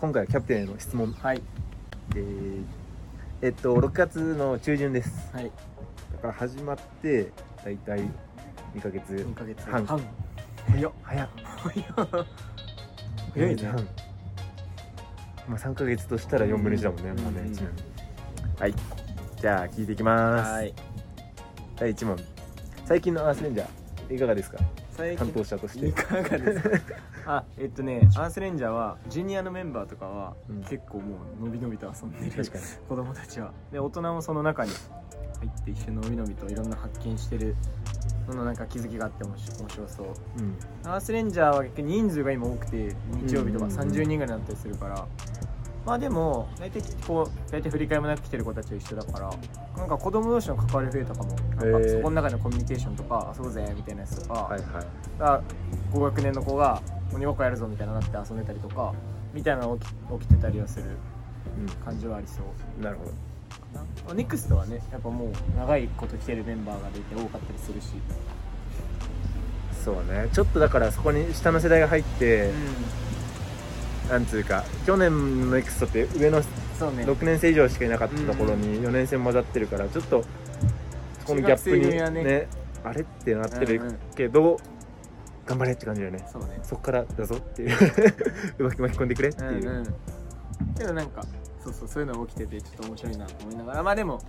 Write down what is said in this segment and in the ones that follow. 今回はキャプテンへの質問はいえーえっと6月の中旬ですはいだから始まってだいたい2ヶ月2ヶ月半半早っ早っ早っ早い二ヶね月半まあ3ヶ月としたら4分の1だもんね、うんもうねうん一年はいじゃあ聞いていきます、はい第1問最近のアースレンジャーいかがですか最担近当者としていかがですか あえっとねアースレンジャーはジュニアのメンバーとかは、うん結構もうのびのびと遊んでる確かに子供たちはで大人もその中に入って一緒にのびのびといろんな発見してるののなんか気づきがあって面白面白そううんアースレンジャーは逆に人数が今多くて日曜日とかうんうんうん30人ぐらいになったりするから、まあでも大体こう大体振り返りもなく来てる子たちは一緒だからなんか子供同士の関わり増えたかもなへんかーそこの中のコミュニケーションとか遊ぼうぜみたいなやつとか、はいはいが高学年の子が鬼ごっこやるぞみたいなのになって遊んでたりとかみたいなのが起き起きてたりはする感じはありそううんなるほどかなネクストはねやっぱもう長いこと来てるメンバーが出て多かったりするし、そうねちょっとだからそこに下の世代が入って、ん、なんつうか去年の X って上のそうね6年生以上しかいなかったところに4年生も混ざってるからちょっとそこのギャップ中学生に組はねねあれってなってうんうるんけど頑張れって感じだよねそうねそっからだぞっていう うまく巻き込んでくれってうんいううんけどなんかそうそうそういうのが起きててちょっと面白いなと思いながらまあでも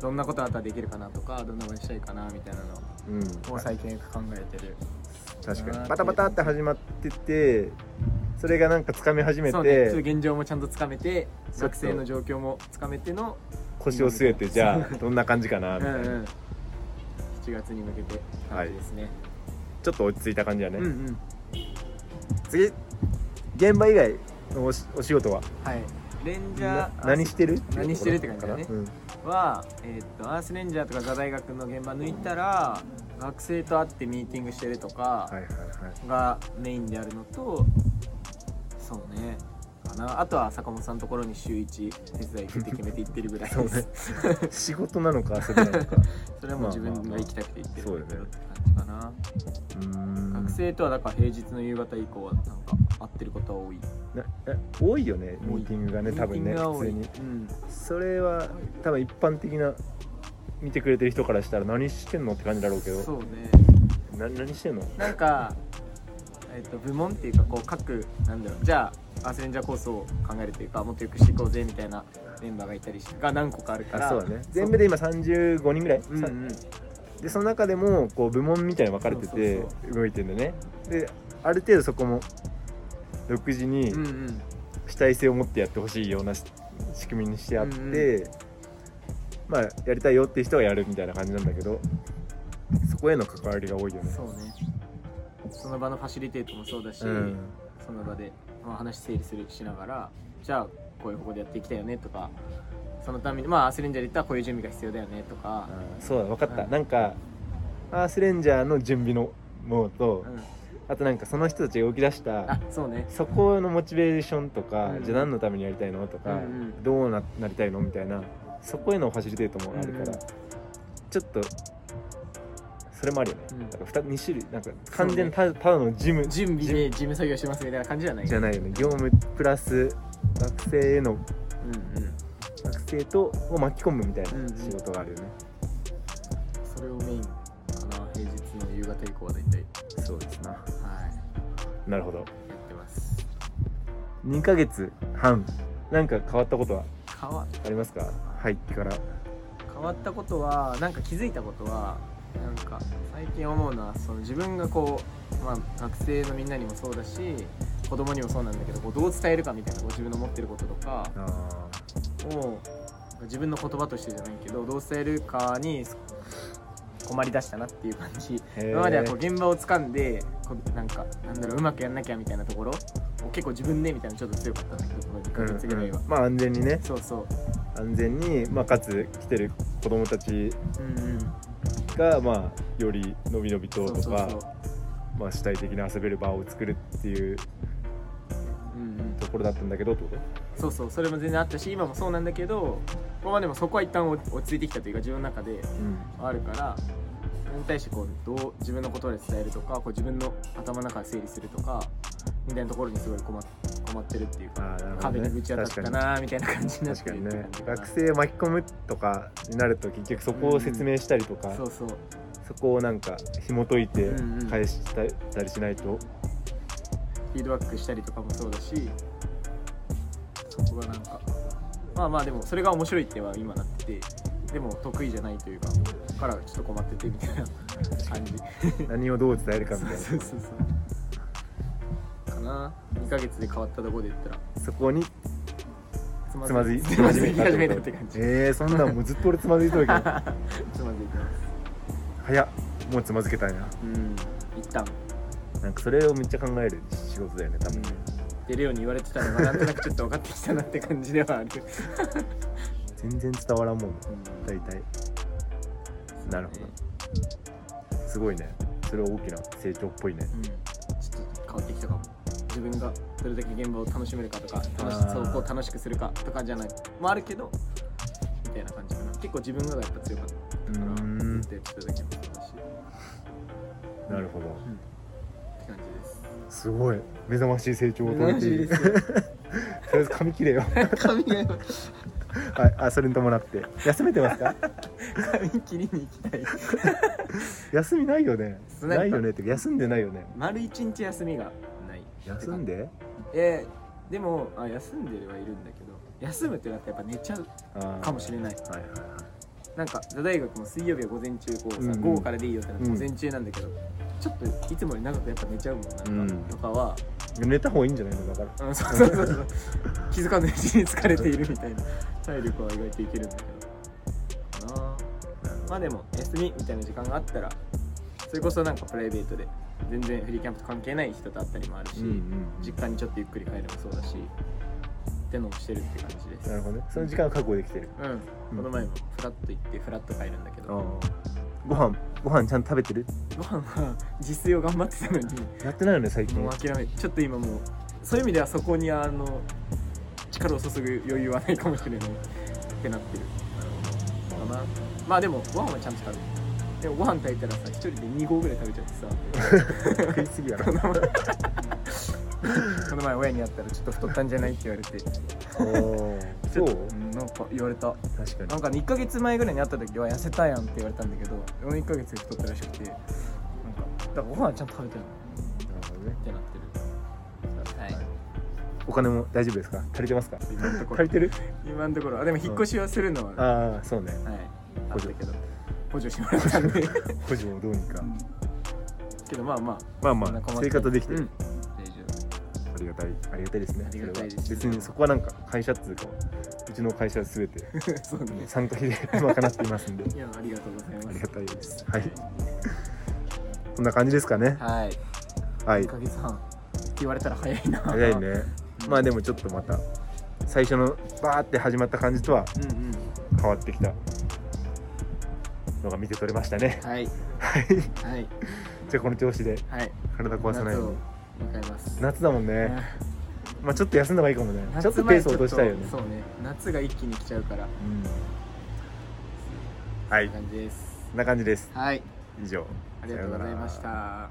どんなことあったらできるかなとかどんな応援したいかなみたいなのうんを最近よく考えてる確かにバタバタって始まっててそれがなんかつかみ始めそうねちょってと現状もちゃんとつかめてそう学生の状況もつかめての腰を据えてじゃあどんな感じかなうみんうたいなん7月に向けて感じですね、ちょっと落ち着いた感じだうんうねん次現場以外のお仕お仕事ははいレンジャなー何してる何してるって感じだねうんは、えーっとアースレンジャーとか座大学の現場抜いたら学生と会ってミーティングしてるとかはいはいはいがメインであるのとそうねかなあとは坂本さんのところに週1手伝い行く って決めて行ってるぐらいです仕事なのか遊びなのかそれはもう自分が行きたくて行ってるそうけだどよっねて感じかなうーん学生とはだから平日の夕方以降はなんか会ってることは多いなえ多いよね多いミーティングがね多分ねミーティングが多普い通にうんそれは多分一般的な見てくれてる人からしたら何してんのって感じだろうけどそうねな何してんのなんか、えっと部門っていうかこう各なんだろうじゃあアースレンジャーコースを考えるというかもっとよくしていこうぜみたいなメンバーがいたりしてが何個かあるかあらそうだね全部で今35人ぐらい、うんうさんでその中でもこう部門みたいに分かれててそう動いてんだねである程度そこも独自にうんうん主体性を持ってやってほしいようなし仕組みにしてあって、うんまあやりたいよっていう人はやるみたいな感じなんだけどそこへの関わりが多いよねそうねその場のファシリテートもそうだし、うんその場で、まあ、話整理するしながらじゃあこういう方向でやっていきたいよねとかそのためにまあアースレンジャーで言ったらこういう準備が必要だよねとかあ、ーそうだ分かった、うんなんかアースレンジャーの準備のものと、うん、あとなんかその人たちが動き出したあそうねそこのモチベーションとか、うんじゃあ何のためにやりたいのとか、うんうんどうななりたいのみたいなそこへのファシリテートもあるから、うんうんちょっとそれもあるよね、うんなんか 2, 種類なんか完全にた,、ただのジム準備で事務作業しますみたいな感じじゃないじゃないよね業務プラス学生へのうんうん学生とを巻き込むみたいなうんうん仕事があるよね、それをメインかな平日の夕方以降は大体そうですなはいなるほどやってます2ヶ月半なんか変わったことは変わありますか入ってから変わったことはなんか気づいたことはなんか最近思うのはその自分がこう、まあ、学生のみんなにもそうだし子供にもそうなんだけどこうどう伝えるかみたいなこう自分の持ってることとかあを自分の言葉としてじゃないけどどう伝えるかに困りだしたなっていう感じ今まではこう現場を掴んでこうなんかなんだろううまくやんなきゃみたいなところを結構自分でみたいなのちょっと強かったんだけどこの2ヶ月ぐらいは、まあ安全にねそうそう安全に、まあ、かつ来てる子供たちうんうんが、まあ、よりのびのびそとうとそかうそうまあ、主体的に遊べる場を作るっていううんうんところだったんだけどってことそうそうそれも全然あったし今もそうなんだけどここまでもそこは一旦落落ち着いてきたというか自分の中でうんあるからそれに対してこうどう自分のことで伝えるとかこう自分の頭の中で整理するとかみたいなところにすごい困っ止まってるっていうか、あーなるほどね壁にぶち当たったなーみたいな感じになっ確てかるっにていねう感じかな学生巻き込むとかになると結局そこを説明したりとか、そうそうそこをなんか紐解いてうんうん返したりしないと、フィードバックしたりとかもそうだしそこがなんかまあまあでもそれが面白いっては今なっててでも得意じゃないというかからちょっと困っててみたいな感じ何をどう伝えるかみたいなそうそうそうそうかな2ヶ月で変わったとこで言ったらそこにつつまずいつまずき 始めたって感じえー、そんなんもうずっと俺つまずいとるけどつまずいてます早っもうつまずけたんやうん一旦なんかそれをめっちゃ考える仕事だよね多分ね、出るように言われてたのがなんとなくちょっと分かってきたなって感じではある、全然伝わらんもんうん大体なるほすごいねそれは大きな成長っぽいねうん、ちょっと変わってきたかも自分がどれだけ現場を楽しめるかとか楽しあーそうこう楽しくするかとかじゃないもあるけどみたいな感じかな結構自分がやっぱ強かったうからんずっとやってただけもそうだし、なるほどうん、って感じですすごい目覚ましい成長を遂げ楽てしいいるでとすよりあえず髪切 れよ髪が今はいあそれに伴って休めてますか髪切りに行きたい休みないよねないないよねってか休んでないよね丸一日休みがない休んでえーでもあ休んではいるんだけど休むってなったらやっぱ寝ちゃうかもしれないれないはいはいはいなんか座大学も水曜日は午前中こうさ、うんうん午後からでいいよってなってうん午前中なんだけど、ちょっといつもより長くやっぱ寝ちゃうもんなんか、うんとかは、寝た方がいいんじゃないのだからうん、そうそうそうそう気づかぬうちに疲れているみたいな体力は意外といけるんだけどかなまあでも休みみたいな時間があったらそれこそなんかプライベートで全然フリーキャンプと関係ない人と会ったりもあるし、実家にちょっとゆっくり帰るもそうだしってのをしてるって感じですなるほどねその時間は確保できてるうん、この前もフラッと行ってフラッと帰るんだけど、ご飯ご飯ちゃんと食べてるご飯は自炊を頑張ってたのにやってないよね最近もう諦めちょっと今もうそういう意味ではそこにあの力を注ぐ余裕はないかもしれないってなってるかなまあでもご飯はちゃんと食べるでもご飯炊いたらさ一人で2合ぐらい食べちゃってさ食いすぎやろ この前この前親に会ったらちょっと太ったんじゃないって言われてそちょっとうんなんか言われた確なんか1ヶ月前ぐらいに会った時は痩せたやんって言われたんだけど俺も1ヶ月で太ったらしくてなんかだからご飯はちゃんと食べてるのなるほどねってなってるはいお金も大丈夫ですか足りてますか今のとこ足ろりてる今のところあでも引っ越しはするのは、はいああそうねあ補った助けど補助してもらったん で補助をどうにかけどまあまあまあそんなまあ困って生活できてうるん大丈夫ありがたいありがたいですねありがたいですそれは別にそこはなんか会社っつうかうちの会社すべて そうね参加費で賄ってい ますんでいやありがとうございあまりすがたいですはいこんな感じですかねははい1いヶ月半って言われたら早いな早いねまあでもちょっとまた最初のバーって始まった感じとはうんうん変わってきたのが見て取れましたね はいはいはいじゃあこの調子ではい体壊さない夏ようをに迎えます夏だもんねまあちょっと休んだ方がいいかもね夏ちょっとペース落としたいよ前ねちょっとそうね夏が一気に来ちゃうからうんはい感じですこんな感じですはい以上ありがとうございました